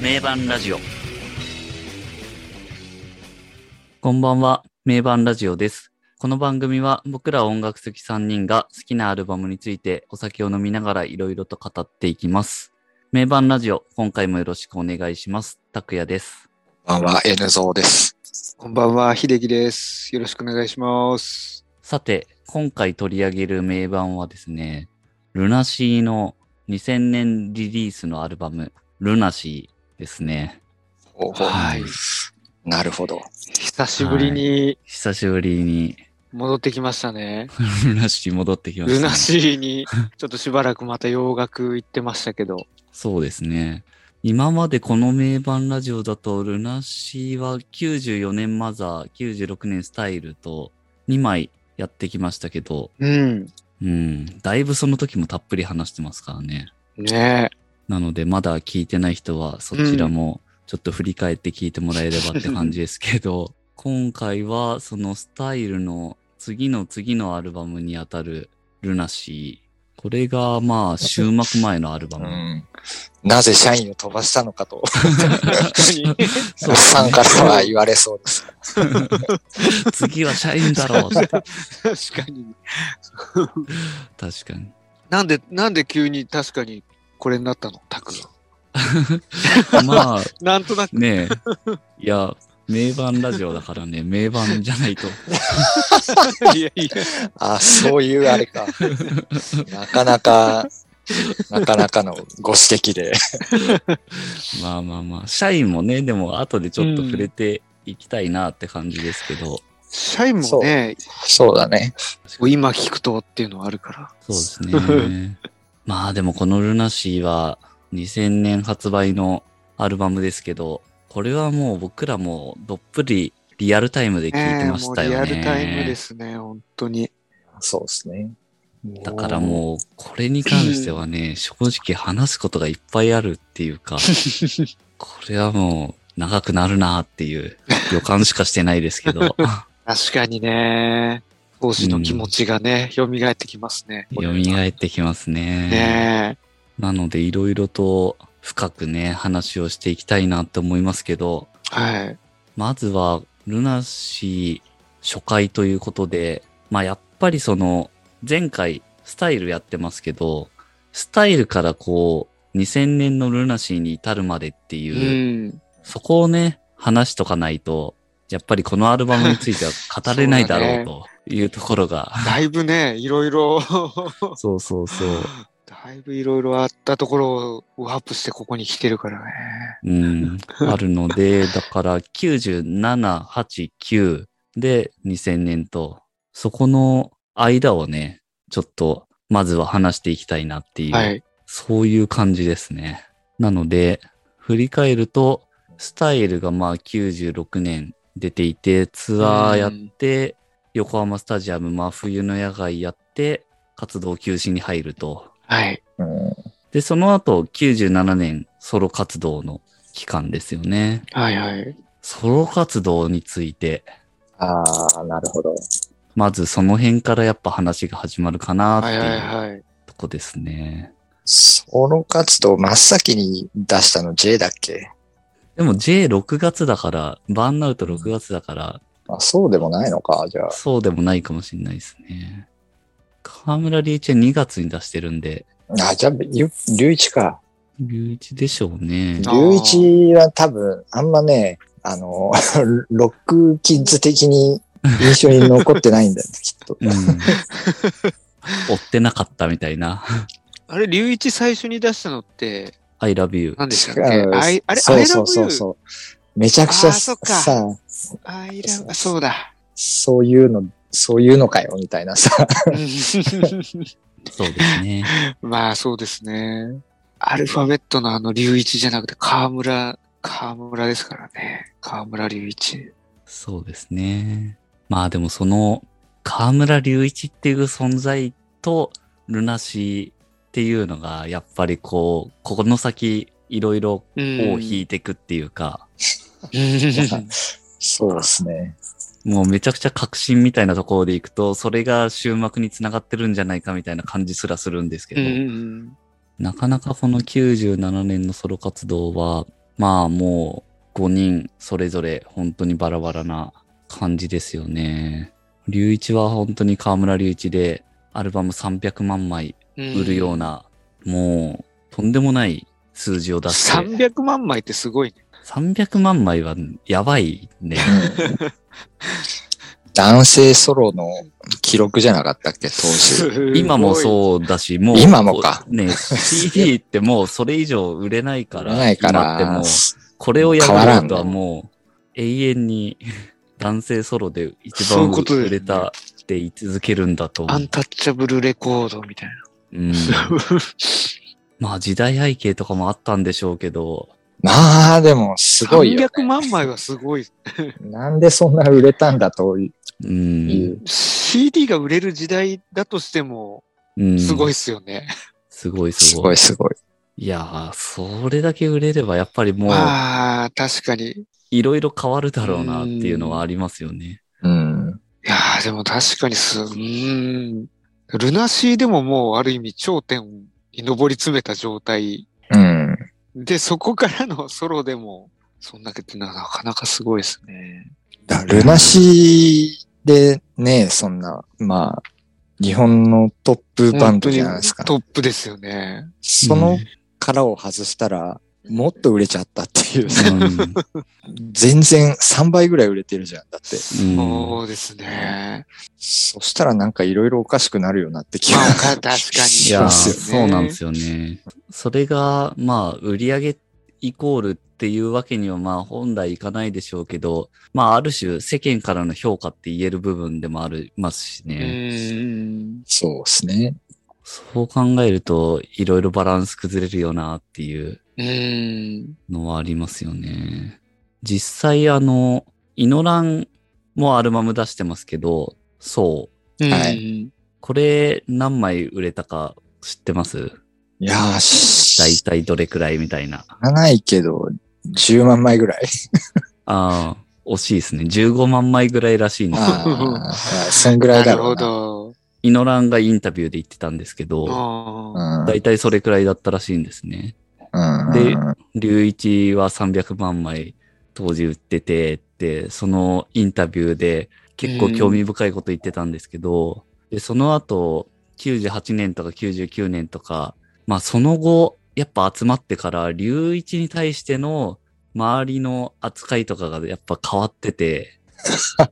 名盤ラジオ。こんばんは、名盤ラジオです。この番組は僕ら音楽好き3人が好きなアルバムについてお酒を飲みながらいろいろと語っていきます。名盤ラジオ、今回もよろしくお願いします。拓也です。こんばんは、N ゾーです。こんばんは、秀樹です。よろしくお願いします。さて、今回取り上げる名盤はですね、ルナシーの2000年リリースのアルバム、ルナシーですね。ほうほうはい。なるほど。久しぶりに久しぶりに 戻ってきましたね。ルナシー戻ってきました、ね。ルナシーに、ちょっとしばらくまた洋楽行ってましたけど。そうですね。今までこの名盤ラジオだと、ルナシーは94年マザー、96年スタイルと2枚やってきましたけど、うん。うん、だいぶその時もたっぷり話してますからね。ねなので、まだ聞いてない人はそちらもちょっと振り返って聞いてもらえればって感じですけ ど、今回はそのスタイルの次の次のアルバムにあたるルナシー。これがま あ終幕前のアルバうム。ん、なぜ社員を飛ばしたのかと、え。そうおっさんからは言われそうです。次は社員だろうって。確かに。確かに。なんで、なんで急に確かにこれになったのタクが。まあなんとなく。ねえ、いや、名盤ラジオだからね、名盤じゃないと。いやいや。あ、そういうあれ か。なかなか、なかなかのご指摘で。まあまあまあ、社員もね、でも後でちょっと触れていきたいなって感じですけど、シャインもね、そうだね。今聞くとっていうのはあるから。そうですね。まあでもこのルナシーは2000年発売のアルバムですけど、これはもう僕らもどっぷりリアルタイムで聞いてましたよね。もうリアルタイムですね、本当に。 そうですね。だからもう、これに関してはね、正直話すことがいっぱいあるっていうか、これはもう長くなるなっていう予感しかしてないですけど、確かにね。当時の気持ちがね、蘇ってきますね。蘇ってきますね。ねなのでいろいろと深くね、話をしていきたいなって思いますけど、え。はい。まずは、ルナシー初回ということで、まあやっぱりその、前回スタイルやってますけど、スタイルからこう、2000年のルナシーに至るまでってういう、ん。そこをね、話しとかないと、やっぱりこのアルバムについては語れないだろうというところが。だいぶね、いろいろ、そうそうそう。 だいぶいろいろあったところをワープしてここに来てるからね。うん。あるので、だから97、8、9で2000年と、そこの間をね、ちょっとまずは話していきたいなっていう、はい。そういう感じですね。なので、振り返ると、スタイルがまあ96年出ていて、ツアーやって、横浜スタジアム真冬の野外やって、活動休止に入ると。はい。うん、で、その後97年ソロ活動の期間ですよね。はいはい。ソロ活動について、ああ、なるほど。まずその辺からやっぱ話が始まるかなってはいはいいうはい。とこですね。ソロ活動真っ先に出したの J だっけでも J6 月だから、バーンアウト6月だから、あそうでもないのか、じゃあ。そうでもないかもしれないですね。河村隆一は2月に出してるんで、あ、じゃあ、ゆ龍一か。隆一でしょうね。あー龍一は多分、あんまね、あの、 ロックキッズ的に印象に残ってないんだよ、きっと。うん。追ってなかったみたいな。あれ、龍一最初に出したのって、 I love you. 何でしたっけうんあいあれ、そアうイラそうブそうそう。めちゃくちあゃーそっかさ、アイラブ、あそうだ。そういうの、そういうのかよ、みたいなさ。そうですね。 まあそうですね。アルファベットのあの龍一じゃなくて河村、河村ですからね。河村龍一。そうですね。まあでもその河村隆一っていう存在とルナシーっていうのがやっぱりこう、ここの先いろいろう尾んを引いていくっていうか、そうですね。もうめちゃくちゃ革新みたいなところでいくと、それが終幕につながってるんじゃないかみたいな感じすらするんですけうど、んうんうんなかなかこの97年のソロ活動はまあもう5人それぞれ本当にバラバラな感じですよね。隆一は本当に河村隆一でアルバム300万枚売るような、もうとんでもない数字を出して、 300万枚ってすごいね。 300万枚はやばいね。 男性ソロの記録じゃなかったっけ、当時。今もそうだし、もう。今もかね、CD ってもうそれ以上売れないから。ないか今ってもらう、これをや変わらるんとのはもう、永遠に 男性ソロで一そうい番うことだよね売れたって言い続けるんだと思アうン。タッチャブルレコードみたいな。うん、まあ時代背景とかもあったんでしょうけど、。まあ、でも、すごいよ、 300万枚はすごい。なんでそんな売れたんだといううん CD が売れる時代だとしても、うん、すごいい。っすよね。すごいすすごごい。いすごい。いやー、それだけ売れればやっぱりもう、まあ、確かに。いいろいろ変わるだろうなっていうのはありますよね。うん。やー、でも確かにす、うーん。ルナシーでももうある意味頂点に上り詰めた状態。うん。で、そこからのソロでも、そんだけってのはなかなかすごいですね。だからルナシーでね、そんな、まあ、日本のトップバンドじゃないですか。本当にトップですよね。その殻を外したら、もっと売れちゃったっていう。うん全然3倍ぐらい売れてるじゃん。だっ て。そうですね。そしたらなんかいろいろおかしくなるよなって気がまあ、か確かに。いしやー、ますよねそうなんですよね。それが、まあ、売り上げイコールっていうわけには、まあ、本来いかないでしょうけど、まあ、ある種、世間からの評価って言える部分でもありますしうね。ん。そうですね。そう考えると、いろいろバランス崩れるよなっていううん。のはありますよね。実際、あの、イノランもアルバム出してますけど、そう。はこれ、何枚売れたか知ってますいやー、大知体どれくらいみたいな。らないけど、10万枚 ぐらい。ああ、惜しいですね。15万枚ぐらいらしいんですよ。ああ、そんぐらないだるろうほな。ど。イノランがインタビューで言ってたんですけど、あうんだいたいそれくらいだったらしいんですね。うんうん隆一は300万枚当時売っててって、そのインタビューで結構興味深いこと言ってたんですけど、でその後、98年とか99年とか、まあその後、やっぱ集まってから、隆一に対しての周りの扱いとかがやっぱ変わってて、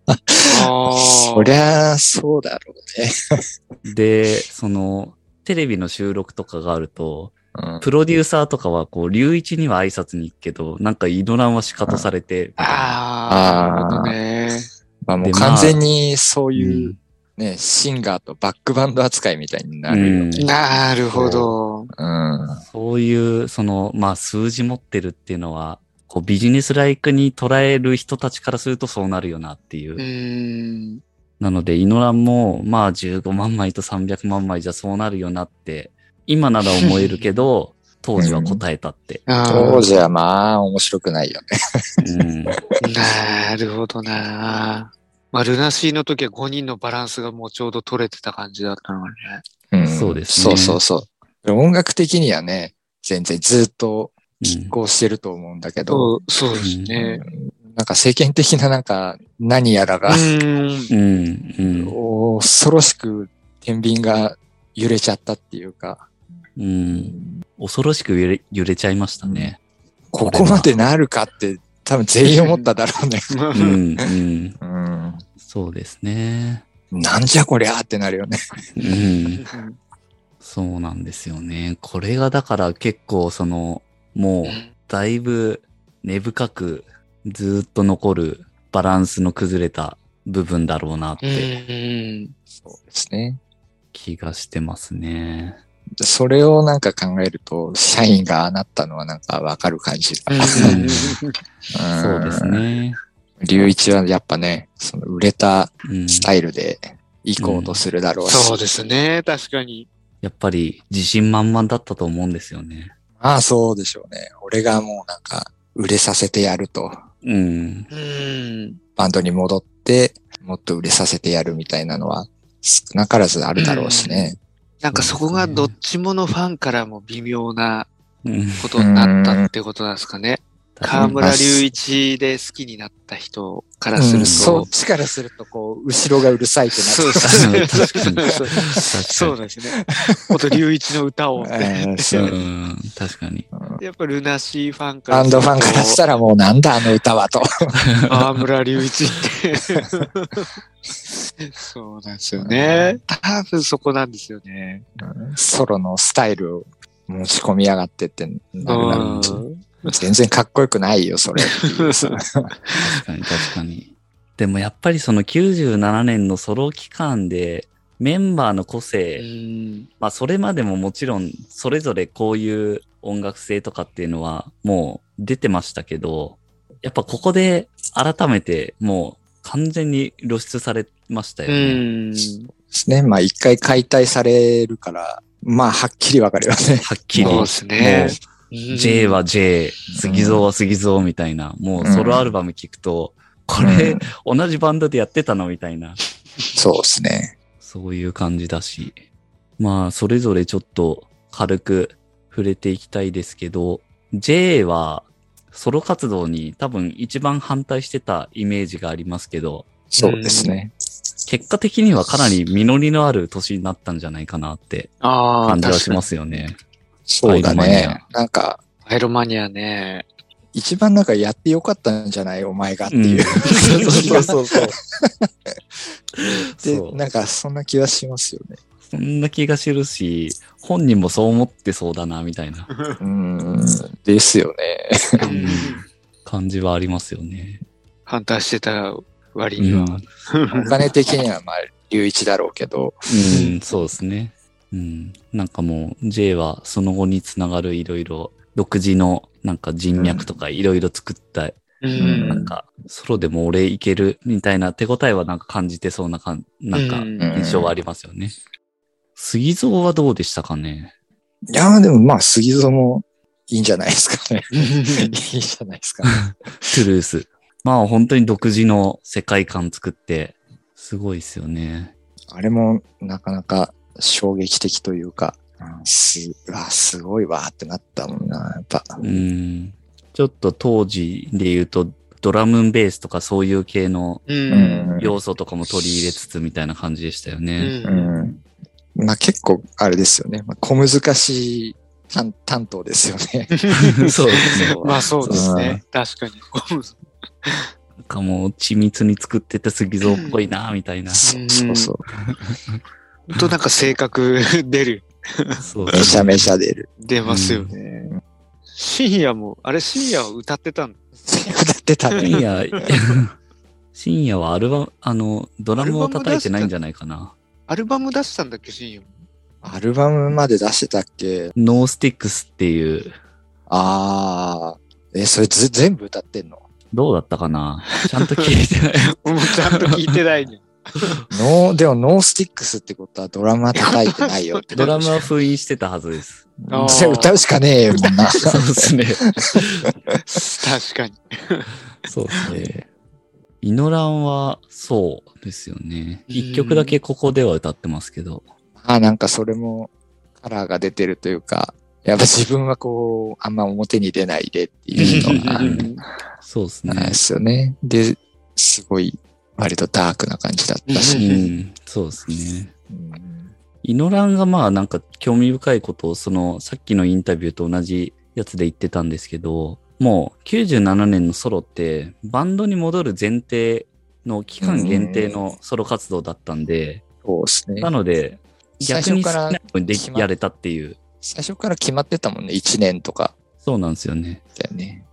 あー。そりゃ、そうだろうね。で、その、テレビの収録とかがあると、うんプロデューサーとかは、こう、隆一には挨拶に行くけど、なんか、イノランは仕方されて、みたいなああ、なるほどね。まあもうでまあ完全にそういううんね、シンガーとバックバンド扱いみたいになるよね。なるほど。うん。そういう、その、まあ、数字持ってるっていうのは、こう、ビジネスライクに捉える人たちからするとそうなるよなっていうう。ん。なので、イノランも、まあ、15万枚と300万枚じゃそうなるよなって、今なら思えるけ ど、当時は答えたって。あ当時はまあ面白くないよね。 うんーなるほどな。まあ、ルナシーの時は5人のバランスがもうちょうど取れてた感じだったのね。うんそうですねそうそうそう。音楽的にはね、全然ずっとう拮ん抗してると思うんだけど、そう、そうですね。なんか政権的ななんか何やらうが、ん。うん。うん。恐ろしく天秤が揺れちゃったっていうか、うん。恐ろしく揺れ揺れちゃいましたね。ここまでなるかって多分全員思っただろうね。うん、うん。うんそうですね。なんじゃこりゃーってなるよね。うん。そうなんですよね。これがだから結構その、もうだいぶ根深くずーっと残るバランスの崩れた部分だろうなっうてん。そうですね。気がしてますね。それをなんか考えると、社員がああなったのはなんかわかる感じが。んそそうです。ね。隆一はやっぱね、その売れたうん、スタイルで行こうとするだろうし。そうですね。確かに。やっぱり自信満々だったと思うんですよね。まあそうでしょうね。俺がもうなんか、売れさせてやると。うん。うん。バンドに戻って、もっと売れさせてやるみたいなのは、少なからずあるだろうしね。なんかそこがどっちものファンからも微妙なうんことになったってことなんですかね。河村隆一で好きになった人からするうんと、そっちからすると、こう、後ろがうるさいってなそうってそううん確かにそう確かにそうですね。元隆一の歌を、うん そううん、確か に。やっぱルナシーファンからバンドファンからしたらもうなんだあの歌はと。河村隆一って。 そうなんですよね。多分そこなんですよね。ソロのスタイルを持ち込みやがってってなるなるうん全然かっこよくないよ、それ。確かに、確かに。でもやっぱりその97年のソロ期間で、メンバーの個性、うんまあそれまでももちろん、それぞれこういう音楽性とかっていうのはもう出てましたけど、やっぱここで改めてもう完全に露出されましたようね。ん。ですね。 まあ一回解体されるから、まあはっきりわかるよね。はっきり。そうですね。もう J は J、杉蔵は杉蔵みたいな、もうソロアルバム聞くと、これ、同じバンドでやってたのみたいな、そうですね。そういう感じだし。まあ、それぞれちょっと軽く触れていきたいですけど、J はソロ活動に多分一番反対してたイメージがありますけど、そうですね。結果的にはかなり実りのある年になったんじゃないかなってああ、感じは確しかにますよね。そうだアイドルマニね。なんか、アイロマニアね。一番なんかやってよかったんじゃないお前がって いう。うんそうそうそうでそ、うなんかそんな気はしますよね。そんな気がするし、本人もそう思ってそうだな、みたいなうん。ですよね。うん感じはありますよね。反対してた割には。お金的にはまあ、隆一だろうけど。うん、そうですね。うん。なんかもう、J はその後につながるいろいろ、独自のなんか人脈とかいろいろ作った、うなんんか、ソロでも俺いけるみたいな手応えはなんか感じてそうなかん、なんかう、ん印象はありますよね。杉蔵はどうでしたかねいや、でもまあ、杉蔵もいいんじゃないですか ね。いいじゃないですかね。トゥルース。まあ本当に独自の世界観作って、すごいですよね。あれもなかなか衝撃的というか、うんす、うわ、すごいわーってなったもんな、やっぱ。うん。ちょっと当時で言うと、ドラムンベースとかそういう系のう。うんん。要素とかも取り入れつつみたいな感じでしたようね。んうんまあ結構、あれですよね。まあ、小難しい担担当ですよね。 そうですね。まあそうですね。確かに。なんかもう緻密に作ってて杉蔵っぽいな、みたいな。そそうそうそう。本当なんか性格出る。うめちゃめゃ。ちゃ出る。出ますよ ね。深夜も、あれ深夜は歌ってたんだ。歌ってた深ね。夜、 深夜はアルバム、あの、ドラムを叩いてないんじゃないかな。アルバム出したんだっけ、深夜も。アルバムまで出してたっけノースティックスっていう、あー。え、それず全部歌ってんのどうだったかなちゃんと聞いてない。 もうちゃんと聞いてないね。ノー、でもノースティックスってことはドラマ叩いてないよって。ドラムは封印してたはずです。あーそれ 歌うしかねえよ、みんな。そうですね。確かに。そうですね。イノランは、そうですよね。うん一曲だけここでは歌ってますけど。あなんかそれもカラーが出てるというか、やっぱ自分はこう、あんま表に出ないでっていうのがうんそうですあれねで。すよね。で、すごい割とダークな感じだったし。うん、そうですね。うんイノランがまあなんか興味深いことをそのさっきのインタビューと同じやつで言ってたんですけど、もう97年のソロってバンドに戻る前提の期間限定のソロ活動だったんで、そうですねな。ので最逆に好初かきならよ、うにで決きまっやれたっていう、最初から決まってたもんね。1年とかそうなんですよね。だよね。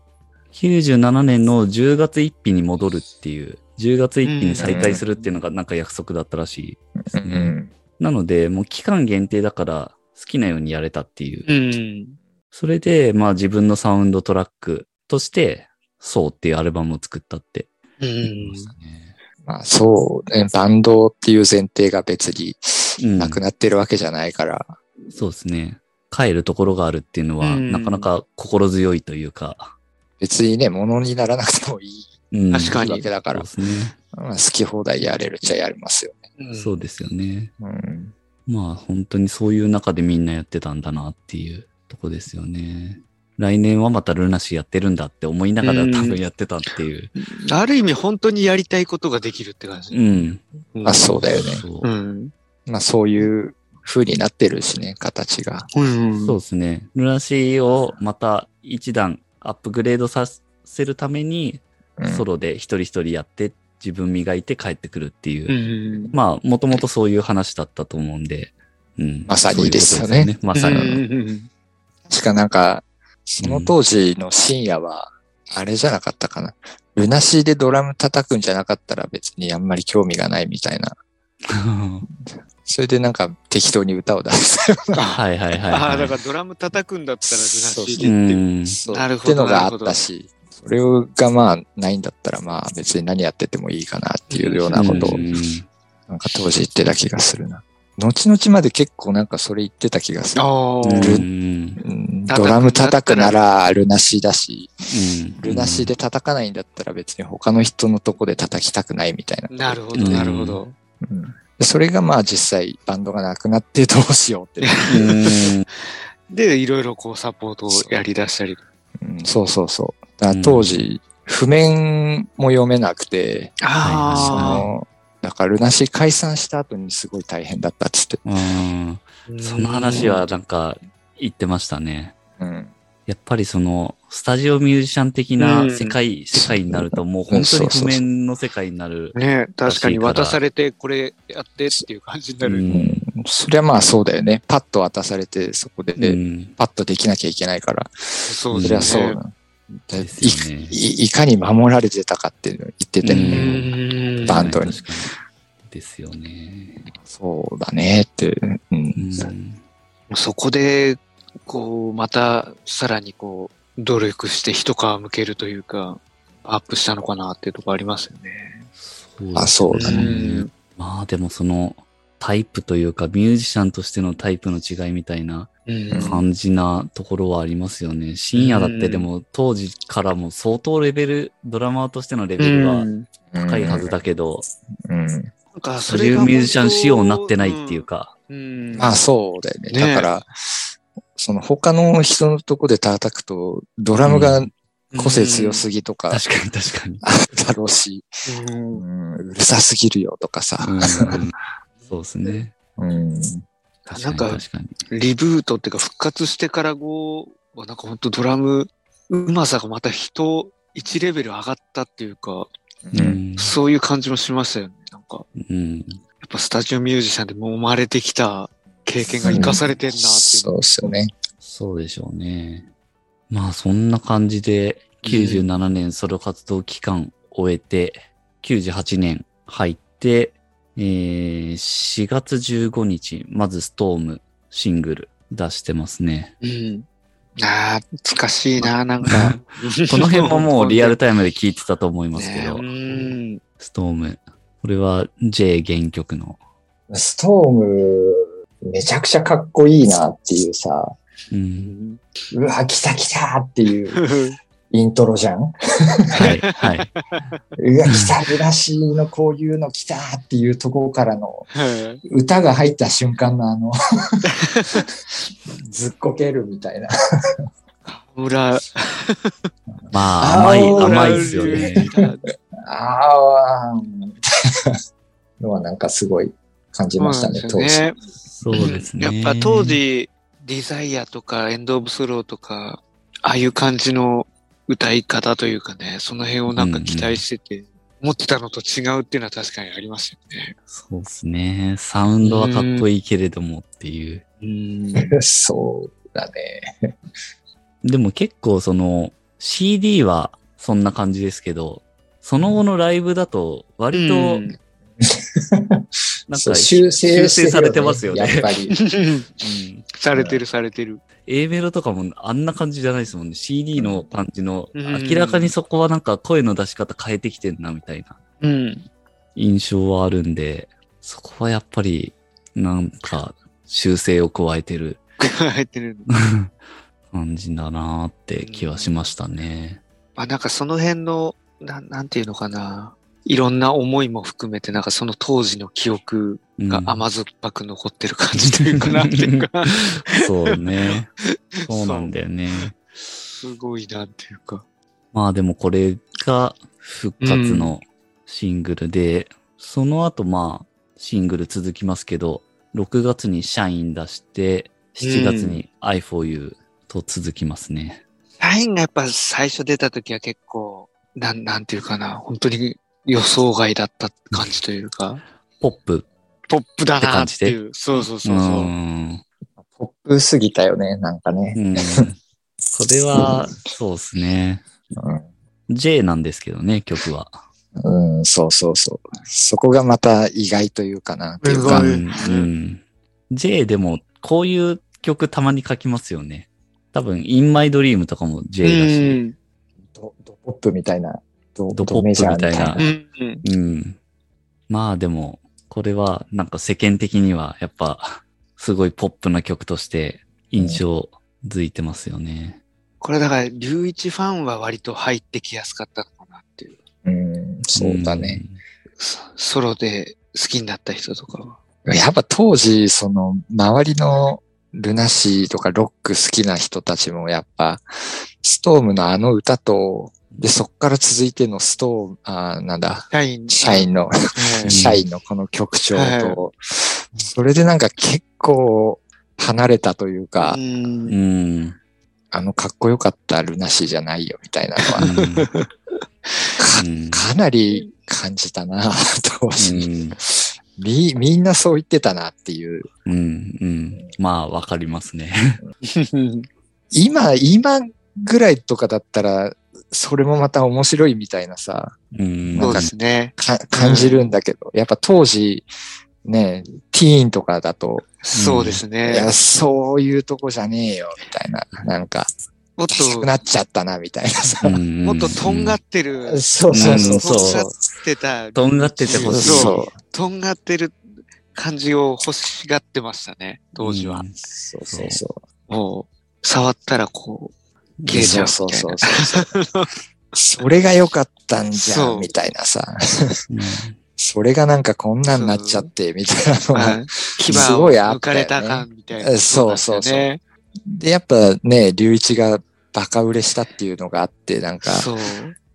97年の10月1日に戻るっていう、10月1日に再開するっていうのがなんか約束だったらしい。うんうん。なので、もう期間限定だから好きなようにやれたっていう。うん。それで、まあ自分のサウンドトラックとして、そうっていうアルバムを作ったってう言ってんま。したね。まあそうね、バンドっていう前提が別にうんなくなってるわけじゃないから、そうですね。帰るところがあるっていうのは、うんなかなか心強いというか。別にね、物にならなくてもいいうん確かにわけだから、そうですね。まあ、好き放題やれるっちゃやりますよね。そうですよね。うんまあ本当にそういう中でみんなやってたんだなっていうとこですよね。来年はまたルナシーやってるんだって思いながらうん多分やってたっていう。ある意味本当にやりたいことができるって感うじ。ん。うん。あそうだよねそううんまあそういう風になってるしね、形が。うん。そうですね。ルナシーをまた一段アップグレードさせるために、うんソロで一人一人やって自分磨いて帰ってくるっていうう。ん。まあ、もともとそういう話だったと思うんで。うん。まさにそういうことですまさうに。んうんしかなんか、その当時の深夜は、あれじゃなかったかな。ルナシーでドラム叩くんじゃなかったら別にあんまり興味がないみたいな。それでなんか適当に歌を出すよう な。はいはいはい、はい。ああ、だからドラム叩くんだったらそうずらしそいでって。ううん。そうなるっほどてのがあったし、それがまあないんだったらまあ別に何やっててもいいかなっていうようなことをうんなんか当時言ってた気がするな。後々まで結構なんかそれ言ってた気がする。あうんあ。うん叩くドラム叩くならルナシーだし、うんルナシーで叩かないんだったら別に他の人のとこで叩きたくないみたいな。なるほど、なるほど。うんでそれがまあ実際バンドがなくなってどうしようって、うんで、いろいろこうサポートをやり出したり。うんそうそうそう。だから当時、譜面も読めなくて、そあの、だからルナシー解散した後にすごい大変だったっつって。うん。あ。その話はなんか言ってましたね。うん。やっぱりその、スタジオミュージシャン的うなん世界、世界になるともう本当に譜面の世界になる。ね確かにらしいから渡されて、これやってっていう感じになうる。んそりゃまあそうだよね。パッと渡されてそこで、うん。パッとできなきゃいけないから。そんうそでりゃすそうね。だ。でですよねいいいかに守られてたかっていうのを言ってたようね。んバンドに確かにですよね。そうだねって。うんうんそこで、こう、また、さらにこう、努力して一皮むけるというか、アップしたのかなっていうところありますよね。そうあ、そうだね。ん。まあでもそのタイプというかミュージシャンとしてのタイプの違いみたいなうん感じなところはありますよね。深夜だっうてんでも当時からも相当レベル、ドラマーとしてのレベルうはん高いはずだけど、うん。なんかそういうミュージシャン仕様になってないっていう。か。うん。まあそうだよね。ねだから、その他の人のとこで叩くと、ドラムが個性強すぎとか、確かに確か に。あるだろうし、ぎ。ううんん、うるさすぎるよとかさ。うんそうですね。うん。確かなんにか確かに。リブートっていうか、復活してから後は、なんかほんとドラム、うまさがまた人、一レベル上がったっていうか、うん。そういう感じもしましたよね。なんか、うん。やっぱスタジオミュージシャンで揉まれてきた経験が活かされてんなっていうそうのっすよね。そうでしょうね。まあそんな感じで97年ソロ活動期間終えて、98年入って、えー4月15日、まずストームシングル出してますね。うん。ああ、懐かしいな、なんか。 この辺ももうリアルタイムで聞いてたと思いますけど、 ねストーム。これは J 原曲の。ストーム、めちゃくちゃかっこいいなっていうさ、う。うん ん。うわ、来た来たっていうイントロじゃんはい。はい。うわ、来た、ルナシーのこういうの来たっていうところからの、 はい歌が入った瞬間のあの、ずっこけるみたいな。村、まあ甘い、あー甘いですよね。あーみたいなのはなんかすごい感じましたね、そう当なんです時。よねそうですね。やっぱ当時、ディザイアとかエンド・オブ・スローとか、ああいう感じの歌い方というかね、その辺をなんか期待してて、思ってたのと違うっていうのは確かにありますよね。そうですね。サウンドはかっこいいけれどもっていう。うん。そうだね。でも結構その CD はそんな感じですけど、その後のライブだと割とうなんんそかう修正してるよねされてますよね。やっぱり。うんされてるされてる。 A メロとかもあんな感じじゃないですもんね。CD の感じの、うん明らかにそこはなんか声の出し方変えてきてんなみたいなうん。印象はあるんで、そこはやっぱりなんか修正を加えてる入ってる。 感じだなーって気はしましたね。まあなんかその辺の、なんなんていうのかな。いろんな思いも含めて、なんかその当時の記憶うんが甘酸っぱく残って る感じというかなっていうか。そうね。そうなんだよね。すごいなっていうか。まあでもこれが復活のシングルで、その後まあシングル続きますけど、6月に社員出して、7月に I for You と続きますね。ラインがやっぱ最初出た時は結構、なん、なんていうかな、本当に予想外だった感じというか、ポップ。ポップだなっていう。そうそうそううそう。ん。ポップすぎたよね、なんかね。うん。これは、そうですね。J なんですけどね、曲は。うん、うん、そうそうそう。そこがまた意外というかなっていううかん。うんうん。J でも、こういう曲たまに書きますよね。多分、In My Dream とかも J だし。ドドポップみたいな、ドドドメジャーみたいな。ポップみたいなうん。うん。うん。まあでも、これはなんか世間的にはやっぱすごいポップな曲として印象づいてますよね。これだから、龍一ファンは割と入ってきやすかったのかなっていう。うん、そうだね。ソソロで好きになった人とかは。やっぱ当時、その、周りのルナシーとかロック好きな人たちもやっぱ、ストームのあの歌と、で、そっから続いてのストーム、あーなんだ、社員。シャインの、はいシャインのこの曲調はと、それでなんか結構離れたというかうう、んん。うん。あのかっこよかったルナシーじゃないよみたいなのは、かうんかなり感じたな、当う時。んみ、みんなそう言ってたなっていう。うん。うん。まあわかりますね。今、今ぐらいとかだったら、それもまた面白いみたいなさ、うん。そうですね。か感じるんだけど、やっぱ当時、ね、ティーンとかだと、そうですいや、ね。そういうとこじゃねえよ、みたいな、なんか、もっダサくと、なっちゃったな、みたいなさ。うんもっととんがってる。そうそうそううんそそうう。ってた。とんがっててそほうしい。そそううとんがってる感じを欲しがってましたね、当時は。ん。そうそう。もう、触ったらこう、消えちゃうそみうたいそなう。そうそう。それが良かったんじゃ、そうんみたいなさ。うんそれがなんかこんなんなっちゃって、みたいなのが はい牙すをごいあ抜ったかよねれた感みたいな。そうそうそうねで、やっぱね、龍一がバカ売れしたっていうのがあって、なんか、そう。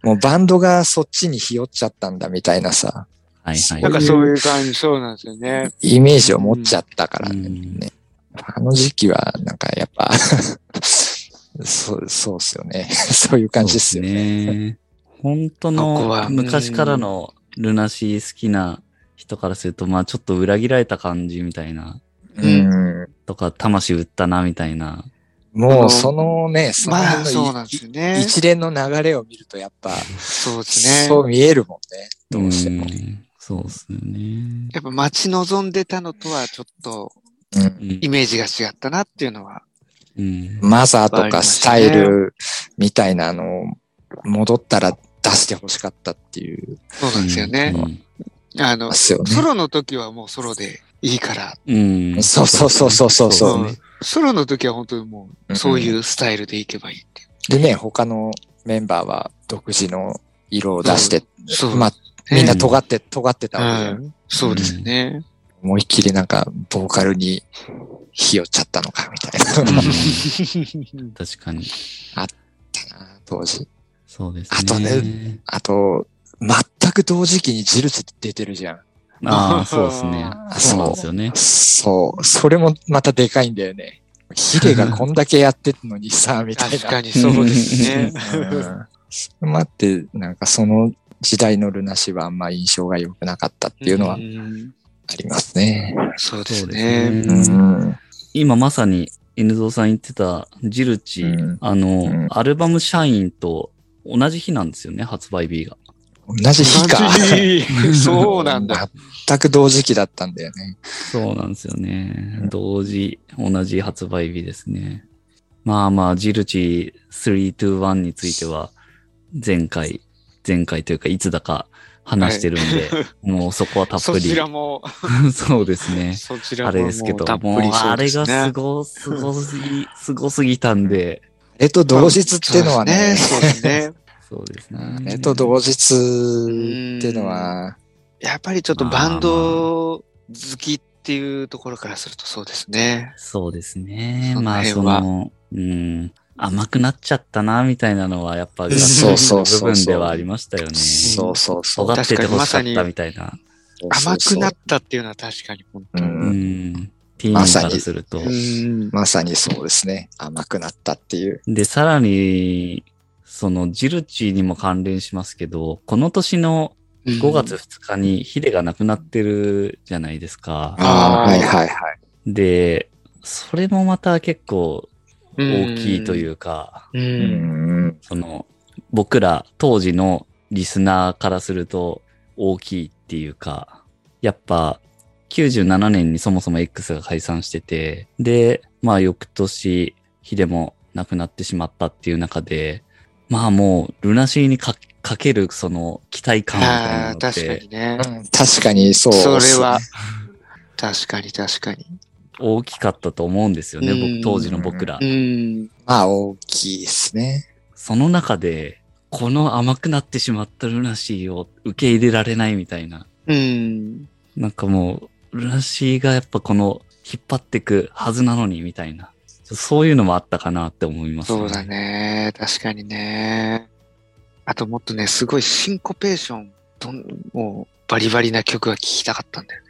もうバンドがそっちにひよっちゃったんだみたいなさ、はいはい。なんかそういう感じ、そうなんですよね。イメージを持っちゃったからね。うんねあの時期は、なんかやっぱ そう、そうっすよね。 そういう感じっすよね。そうですね。本当ここはの昔からのルナシー好きな人からすると、まあちょっと裏切られた感じみたいな、うねん。とか魂売ったなみたいな。もうそのね、そのまあ、辺そうのないんですよね。一連の流れを見るとやっぱ、そうですねそ。う見えるもんね。どうしても。んそうですよね。やっぱ待ち望んでたのとはちょっとうんうんイメージが違ったなっていうのは。うんマザーとかスタイルみたいなのを戻ったら出してほしかったっていう。そうなんですよね。あので、すよねソ。ロの時はもうソロでいいから。うん。うんそうそうそうそうそうそうですねソロの時は本当にもううんそういうスタイルでいけばいいっていう。でね、他のメンバーは独自の色を出して、そう。まあ、みんな尖って、尖ってたわけじゃん。そうですね。思いっきりなんか、ボーカルにひよっちゃったのか、みたいな のがうん確かに。あったな、当時。そうですね。あとね。あと、全く同時期にジルス出てるじゃん。ああ、そうですね。あそうなんそですよねう。。そう。それもまたでかいんだよね。ヒデがこんだけやってんのにさ、みたいな。確かにそうですね。うん待って、なんかその時代のルナ氏はあんま印象が良くなかったっていうのはんありますね。そうでそすうですね。ね。うん。今まさに N ゾーさん言ってたジルチ、うんあの、んアルバム社員と同じ日なんですよね、発売日が。同じ日か。そうなんだ。。全く同時期だったんだよね。そうなんですよねう。ん同時、同じ発売日ですね。まあまあ、ジルチ321については、前回、前回というか、いつだか話してるんで、もうそこはたっそぷちらり。も、 そうですね。そちらあもれですけもうどた、っぷもうりそあうでれすがすね。ご、すごすぎ、すごすぎたんで、えっと、同日ってのはね、そうですね。そうですうんね。えっと、同日ってのは、やっぱりちょっとバンド好きっていうところからするとそうですね。そうですね。そのまあ、辺そはの、うん。甘くなっちゃったな、みたいなのは、やっぱ、楽そう曲そうのそう部そ分うではありましたよね。そうそうそう。尖ってて欲しかっ確かにまさたにみたいな。甘くなっったっていうのは確かに本当うに。うんん。ティーンまさかにらすると。うんまさにそうですね。甘くなったっていう。で、さらに、その、ジルチにも関連しますけど、この年の5月。2日にヒデが亡くなってるじゃないですか。あー。はいはいはい。で、それもまた結構大きいといううか、う。うんん。その、僕ら当時のリスナーからすると大きいっていうか、やっぱ97年にそもそも X が解散してて、で、まあ翌年、ヒデも亡くなってしまったっていう中で、まあもう、ルナシーにかかけるその期待感みたいなのあっあ、て確かにね。確かにそう。それは。確かに確かに。大きかったと思うんですよね、うん僕、当時の僕らう。ん。まあ大きいですね。その中で、この甘くなってしまったルナシーを受け入れられないみたいな。うん。なんかもう、ルナシーがやっぱこの、引っ張ってくはずなのにみたいな。そういうのもあったかなって思います、そうだ。ね。確かにね。あともっとね、すごいシンコペーション、どんもうバリバリな曲が聴きたかったんだよね。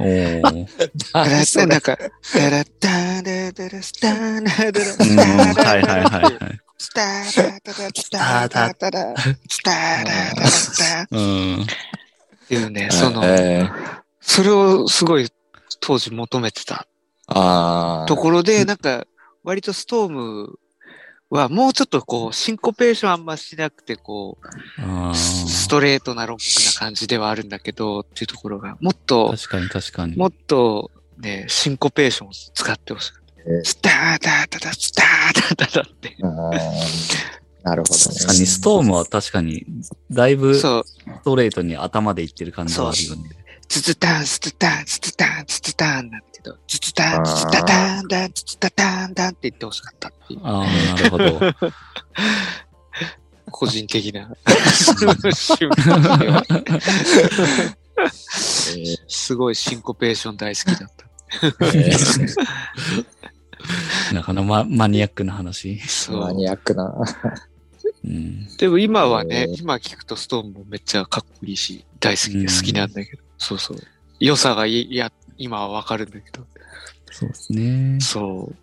おーだからそなんれか、ダラッダーダーダラスターダーダラスタうんーはいはいはいダーはい。スターダーダラスターダーダラスターダーダラスターうん。っていうね、その、えーそれをすごい当時求めてたああと。ころで、なんか、割とストームはもうちょっとこう、シンコペーションあんましなくて、こあう、スートレートなロックな感じではあるんだけど、っていうところが、もっと、確かに確かに。もっと、ね、シンコペーションを使ってほしい。えースターダーダダスターダーダダって。あーなるほどね。確かに、ストームは確かに、だいぶスそう、トレートに頭でいってる感じはあるよね。ツツタン、ツツタン、ツツタン、ツツタンなんだけど、ツツタン、ツツタタンダン、ツツタタンダンって言ってほしかったっていう。ああ、なるほ ど。個人的な趣味ではすごいシンコペーション大好きだった。えー なかなかママニアックな話。そマう。ニアックな。うん。でも今はねえ、今聞くとストーンもめっちゃかっこいいし、大好うきんで好きなんだけど、そうそう。良さがいいいや、今はわかるんだけど。そうですね。そう。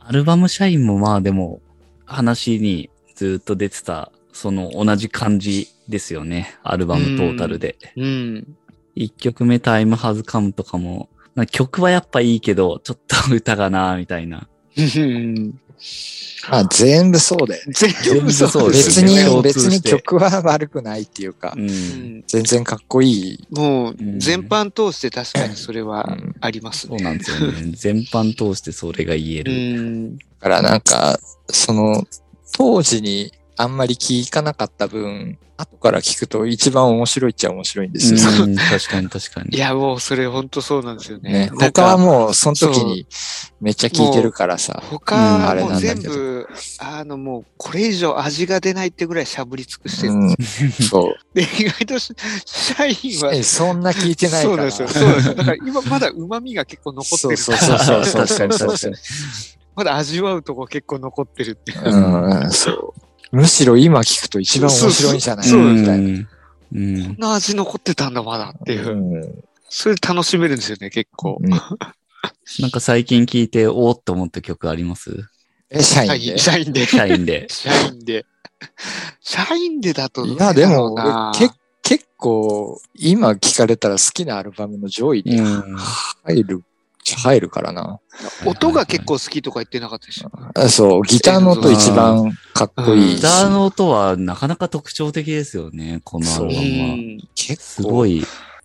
アルバム社員もまあでも話にずっと出てたその同じ感じですよね。アルバムトータルで。うん。 1曲目タイムハズカムとかも、なんか曲はやっぱいいけど、ちょっと歌がなみたいな。まあ全部そうだよね。全全部部そそううでですす別よねに、共通別してに曲は悪くないっていうかう、ん。ね。全然かっこいい。もううん全般通して確かにそれうはんありますそね。うなんですよね。全般通してそれが言え うる。ん。だからなんか、その、当時にあんまり聞かなかった分、後から聞くと一番面白いっちゃ面白いんですよ。うん確かに確かに。いや、もうそれ本当そうなんですよねね。、なんか他はもう、その時にめっちゃ聞いてるからさ。他うんあはれもなうんだ全けど部、あのもうこれ以上味が出ないってぐらいしゃぶり尽くしてる。 うん、そう。で、意外とし社員は。えそんな聞いてないそうかなんでら。すよ。そうなんですよ。だから今まだ旨味が結構残ってそうるそうそうそうそうそうそう そう。まだ味わうとこ結構残ってるって。うん、そう。むしろ今聞くと一番面白いんじゃないそうでのみうたいな。ん。うんこんな味残ってたんだまだっていうう。んそれ楽しめるんですよね、結構。うんなんか最近聞いて、おーって思った曲ありますえ、社員社で員社員で。。社員で 社員で。社員でだとどういだや、でろうもな、け結構、今聞かれたら好きなアルバムの上位にうん入る、入るからな。音が結構好きとか言ってなかったでしょ。あそう、ギターの音一番かっこいいギし。ターの音はなかなか特徴的ですよね、このアルバムうは。ん。結す構、ごい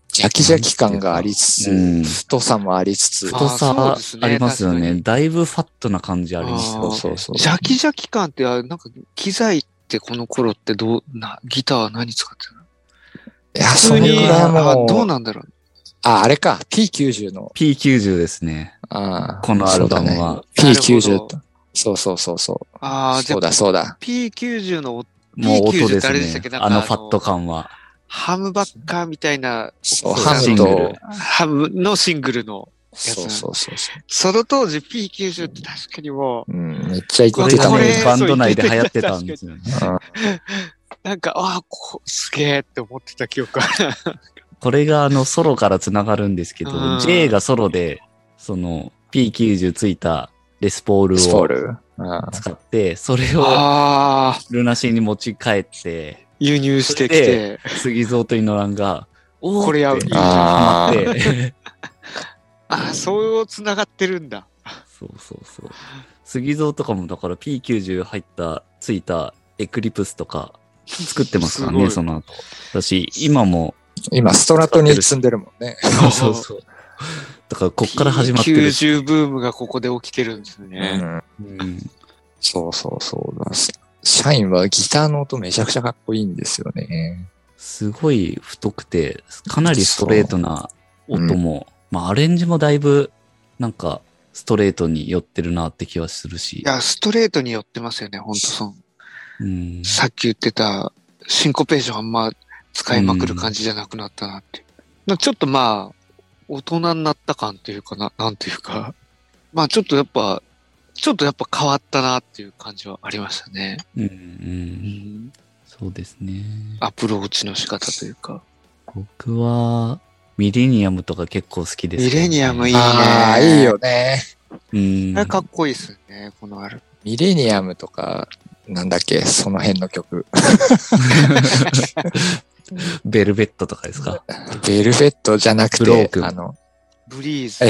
ジャキジャキ感がありつうんつ、太さもありつつ、太あさーそうですねありますよ確かね。にだいぶファットな感じありますよあね。ーそうそうジャキジャキ感って、あなんか、機材ってこの頃ってどう、な、ギターは何使ってたのいや、普そ通れに、くらあいどもうう、なんだろう。あ、あれか、P90 の、 P90 ですね。あーこのアルバム。そうだねは。なる P90 ほどと。そうそうそうそう。ああ、じゃそうあだ、そうだ。 P90 のおもう音 P90 でってあれでしすたっけね。なんかあのファット感は。ハムバッカーみたいな、そう、そうだハハシングムルと、ムのシングルの、そうそうそうそその当時 P90 って確かにもう。うん、めっちゃ言こっれてがたもんね、ね。バンド内で流行ってたんですよね。う、なんか、ああ、こうすげえって思ってた記憶ある。これがあのソロからつながるんですけうど、ん J がソロで、その P90 ついたレスポールスポーをル。うん使って、それをああ、ルナシーに持ち帰って、輸入してきて、杉蔵とイノランが、おーこれやっいていあー言って、ああ、そう繋がってるんだ。そうそうそう。杉蔵とかもだから P90 入った、ついたエクリプスとか作ってますからすごね、いその後。私、今も、今、ストラトに積んでるもんね。そうそうそう。 だからこっから始まってる。 90ブームがここで起きてるんですうね。んうんそうそうそうだ。シャインはギターの音めちゃくちゃかっこいいんですよね。すごい太くて、かなりストレートな音も、まあアレンジもだいぶなんかストレートに寄ってるなって気はするしい、や、ストレートに寄ってますよね、ほんとその。うん、さっき言ってた、シンコペーションあんま使いまくる感じじゃなくなったなっていう。なちょっとまあ、大人になった感っていうかな、なんていうか。まあちょっとやっぱ、ちょっとやっぱ変わったなっていう感じはありましたね。うんうん、そうですね。アプローチの仕方というか。僕はミレニアムとか結構好きです、ミレニアムいいね。ああ、いいよね。うんあれかっこいいですよね、このアルミレニアムとか、なんだっけ、その辺の曲。 ベルベットとかですか。ベルフェットじゃなくブローて、クンあの、ブリーズとか。い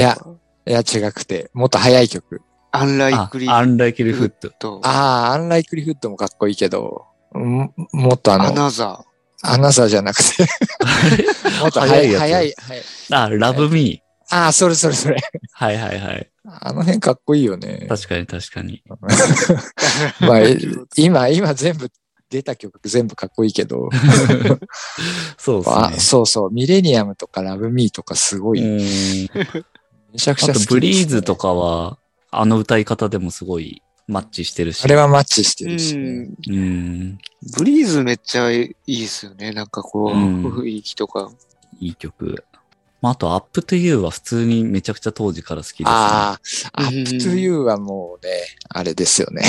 やいや違くて、もっと早い曲。アンライあクリ、アーンライキルフット。ト。ああ、アンライクリフッドもかっこいいけど、んもっとあアの、ナザアナザーじゃなく て、 もっと早早いい、やつ早い、早い。あ、ラブミああ、それそれそれ。ー。はいはいはい。あの辺かっこいいよね。確かに確かに。ー。まあ、え今、今全部出た曲全部かっこいいけど、そうであすそうそう、ミレニアムとかラブミーとかすごい、ね。うんめちゃくちあとゃ好きです、ね。ブリーズと。かは、あの歌い方でもすごいマッチしてるし。あれはマッチしてうるし、ねん。うん。 ブリーズめっちゃいいですよね。なんかこうう、ん雰囲気とか。いい曲。まあ、あと、アップトゥユーは普通にめちゃくちゃ当時から好きです、ね。ああ、うんアップトゥユーはもうね、あれですよね。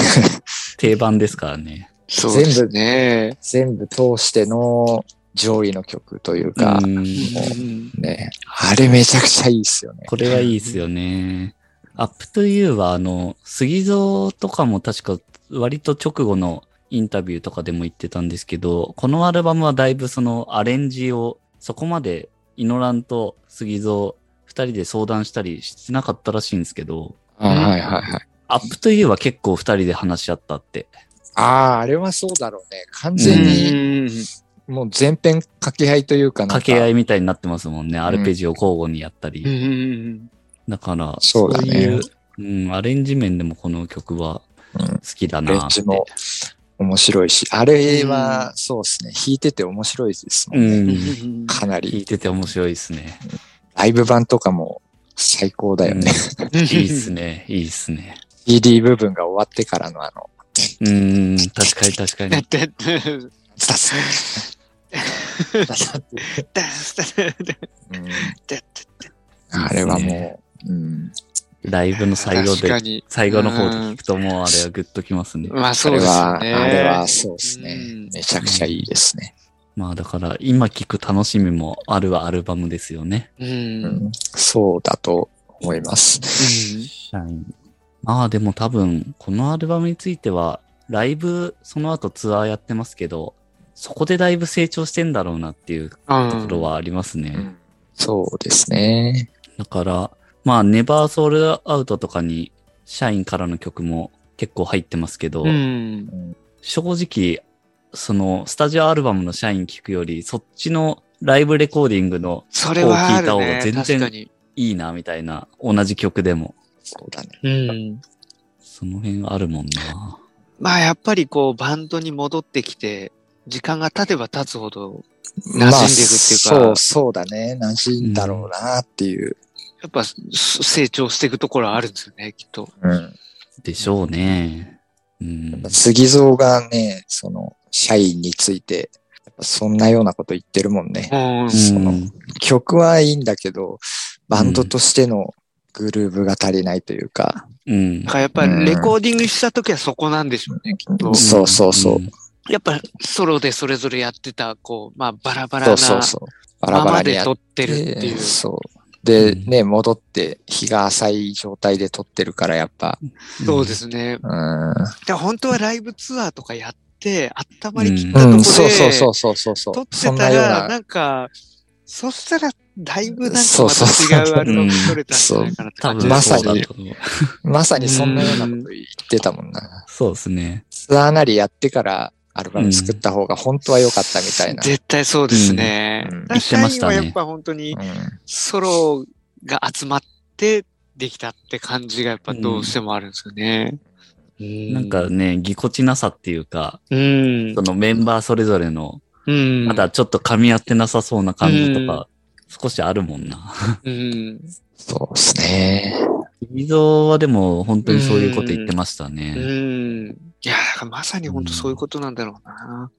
定番ですからね。そうですね。全部通しての上位の曲というかう、んうんね、あれめちゃくちゃいいっすよね。これはいいですよね。アップトゥユーは、あの、杉蔵とかも確か割と直後のインタビューとかでも言ってたんですけど、このアルバムはだいぶそのアレンジをそこまでイノランと杉蔵二人で相談したりしてなかったらしいんですけど、あーはいはいはい。アップトゥユーは結構二人で話し合ったって。ああ、あれはそうだろうね。完全に、もう全編掛け合いというかなんか、掛け合い。いみたいになってますもんね。アルペジオ交互にやったり。うんだから、そうだねいう、うん、アレンジ面でもこの曲はうん好きだアレンなってジ。も面白いし、あれは、そうですね、弾いてて面白いですもうんね、ん、弾うんかなり。いてて面白いですね。ライブ版とかも最高だよね。いいっすね、いいっすね。 CD 部分が終わってからのあの、うん、確かに確かだっに。てスタス タスってうんあれはもう、うん、ライブの最後確かで、に。最後の方で聞くともうあれはグッときますね。まああそうれですは、ね。あれはそうですね、うんめちゃくちゃいいですね。まあだから、今聞く楽しみもあるはアルバムですよね。う。うんん、そうだと思います。社員。まあでも多分、このアルバムについては、ライブ、その後ツアーやってますけど、そこでだいぶ成長してんだろうなっていうとうんころはありますね。うんそうですね。だから、まあ、ネバーソールアウトとかに、社員からの曲も結構入ってますけど、うん。正直、その、スタジオアルバムの社員聞くより、そっちのライブレコーディングのそれはあるこう聞いた方がね。全然確かに。いいな、みたいな、同じ曲でも、そうだね。うん。その辺あるもんな。まあやっぱりこうバンドに戻ってきて、時間が経てば経つほど、ま馴染んでいくっていうあ、かそう、そうだね。馴染んだろうなっていう。やっぱす成長していくところはあるんですよね、きっと。うんでしょうね。うん。杉蔵がね、その、社員について、やっぱそんなようなこと言ってるもんね。うん。そのうん曲はいいんだけど、バンドとしてのグルーブが足りないというか、うんだ。からやっぱりレコーディングした時はそこなんでしょうね、きっと。そうそうそう。やっぱソロでそれぞれやってた、こう、まあバラバラそうなそうそう。バラまバラまにやでっ撮っててるっていう。そう。で、うん。ね、戻って、日が浅い状態で撮ってるから、やっぱ、そうですすね。うん。で本当はライブツアーとかやって、温まりきっだたとこでところうでん、そうそうそうそうそうそう。撮ってそんたなようら、な、なんか、そしたら、だいぶなんかそうまそたうそう違うアルバム撮れたんじゃないかなって多感じ分まさそにうだと思う。まさにそんなようなこと言ってたもんな。そうですね。ツアーなりやってから、アルバム作った方が本当は良かったみたいな。絶対そうですね。うんうんだから言ってましたね社員はやっぱ本当にうんソロが集まってできたって感じがやっぱどうしてもあるんですよね。ななん、かね、ぎこちなさっていうか、うんそ。のメンバーそれぞれの、うん。まだちょっと噛み合ってなさそうな感じとか、少しあるもんな。うん。そうですね。水戸はでも本当にそういうこと言ってましたうね。ん。いや、だからまさに本当そういうことなんだろうな。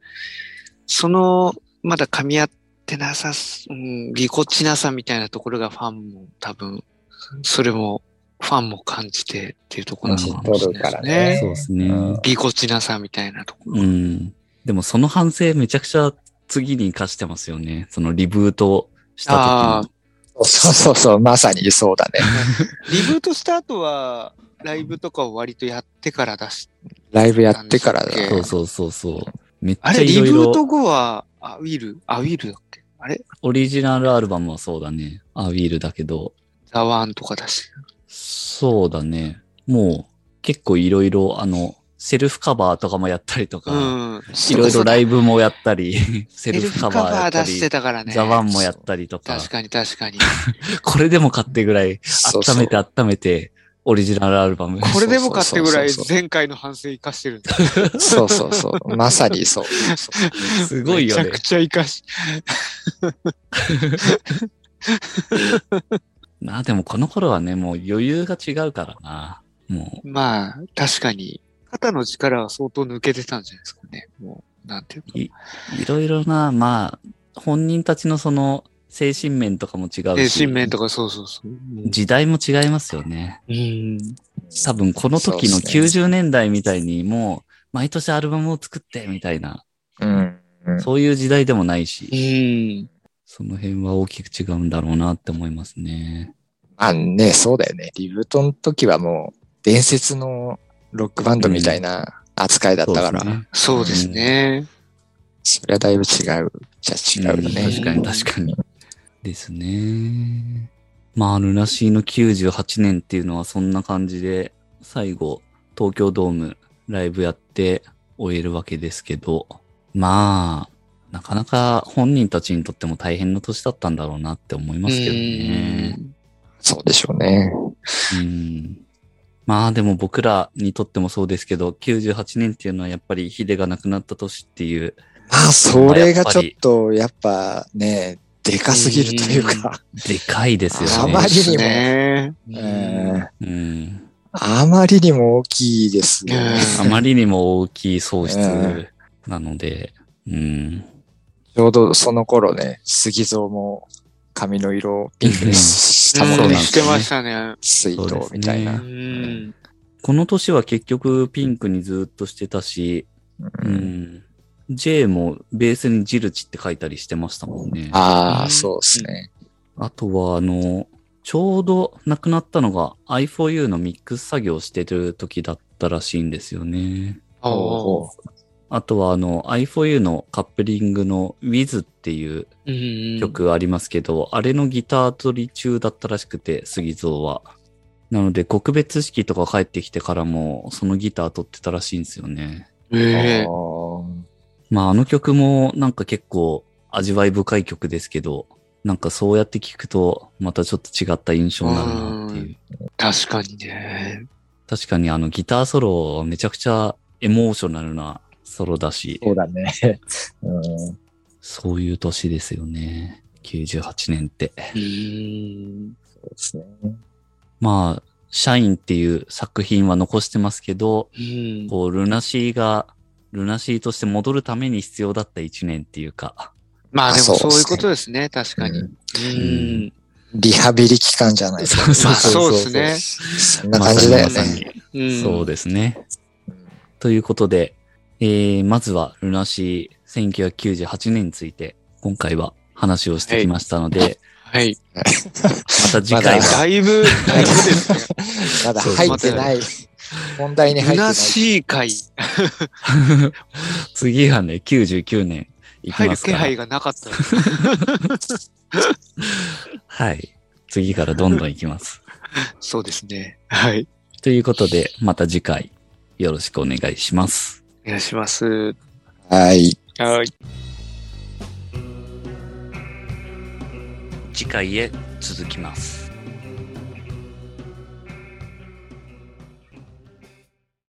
その、まだ噛み合ってなさす、うん、ぎこちなさみたいなところがファンも多分、それも、ファンも感じてっていうところなのかもしれないです感じ取るからねね。そうですね。うんぎこちなさみたいなところ。うん。でもその反省めちゃくちゃ次に活かしてますよね。そのリブートしたあ時そうそうそう、まさにそうだね。あ、リブートした後は、ライブとかを割とやってから出し、ライブやってからだ。あの。そうそうそうそう。めっちあゃれ、いリろいブートろ、後は、あ、ウィルあ、ウィルだっけあれオリジナルアルバムはそうだね。アウィールだけど、ザワンとか出して。そうだね。もう結構いろいろ、あの、セルフカバーとかもやったりとうか、ん。いろいろライイブもやったり、セブルセフルフカカバーやバっーた出りして、たからね。ザワンもやったりとか確、かに 確かに。これでも買ってぐらいそうそう 温めて温めて、オリジナルアルバム。これでもかってぐらいそうそうそう前回の反省生かしてるんだ。そうそうそう。まさにそう。 すごいよめねちゃく。ちゃ生かし。なあ、でもこの頃はね、もう余裕が違うからな。もまあ、確かに。肩の力は相当抜けてたんじゃないですかね。もう、なんていうか。う、いろいろな、まあ、本人たちのその、精神面とかも違うし。精神面とかそうそうそう。うん時代も違いますよね。うん。多分この時のそうっす90年代みたいに、もう、毎年アルバムを作って、みたいな、うん。うんそういう時代でもないうし、ん。その辺は大きく違うんだろうなって思いますね。あね、そうだよね。リブートの時はもう伝説のロックバンドみたいな扱いだったから、そうですねそそうですね。りゃだいぶ違う。じゃ違うよね。確かに確かに。ですね。まあ、ルナシーの98年っていうのはそんな感じで、最後、東京ドームライブやって終えるわけですけど、まあ、なかなか本人たちにとっても大変な年だったんだろうなって思いますけどねう。んそうでしょうね。うんまあでも僕らにとってもそうですけど、98年っていうのはやっぱりヒデが亡くなった年っていう、まあ、それがちょっと、やっぱね、でかすぎるというか、でかいですよあね。まりにそもうですね。ううんうんんあまりにも大きいですよね。 あまりにも大きい喪失えなので、うん。ちょうどその頃ね、杉蔵も髪の色をピンクにしたもうのんね、してましたね。水筒みたいな。ううんん。この年は結局ピンクにずっとしてたし、ううんん。J もベースにジルチって書いたりしてましたもんね。ああうあ、んそうですね。とは、あの、ちょうど亡くなったのが i4u のミックス作業してる時だったらしいんですよね。おうおあとは、あの、i4u のカップリングの Wiz っていううん。曲ありますけど、あれのギター取り中だったらしくて、杉蔵は。なので、告別式とか帰ってきてからも、そのギター取ってたらしいんですよね。ええまあ、あの曲もなんか結構味わい深い曲ですけど、なんかそうやって聴くと、またちょっと違った印象になるなっていうう。確かにね。確かにあのギターソロはめちゃくちゃエモーショナルなソロだし、そうだね。 うんそういう年ですよね。98年って。うん。そうですね。まあ、社員っていう作品は残してますけど、うん。こう、ルナシーが、ルナシーとして戻るために必要だった一年っていうか、まあでもあそそうっすねういうことですね。確かに。ううん。リハビリ期間じゃないです か。そうそうそうまあそうでそんな感じだよまさにまさねに。うん。そうですね。ということで、えーまずはルナシー1998年について、今回は話をしてきましたので、はい。また次回まは、だいぶ、だいぶですね。まだ入ってない。本題に入ってな虚い。しい回。 次はね、99年いき入まるすか気ら。配がなかった。はい。次からどんどんいき ます。そうですね。はい。ということで、また次回、よろしくお願いします。お願いします。はい。はい。次回へ続きます。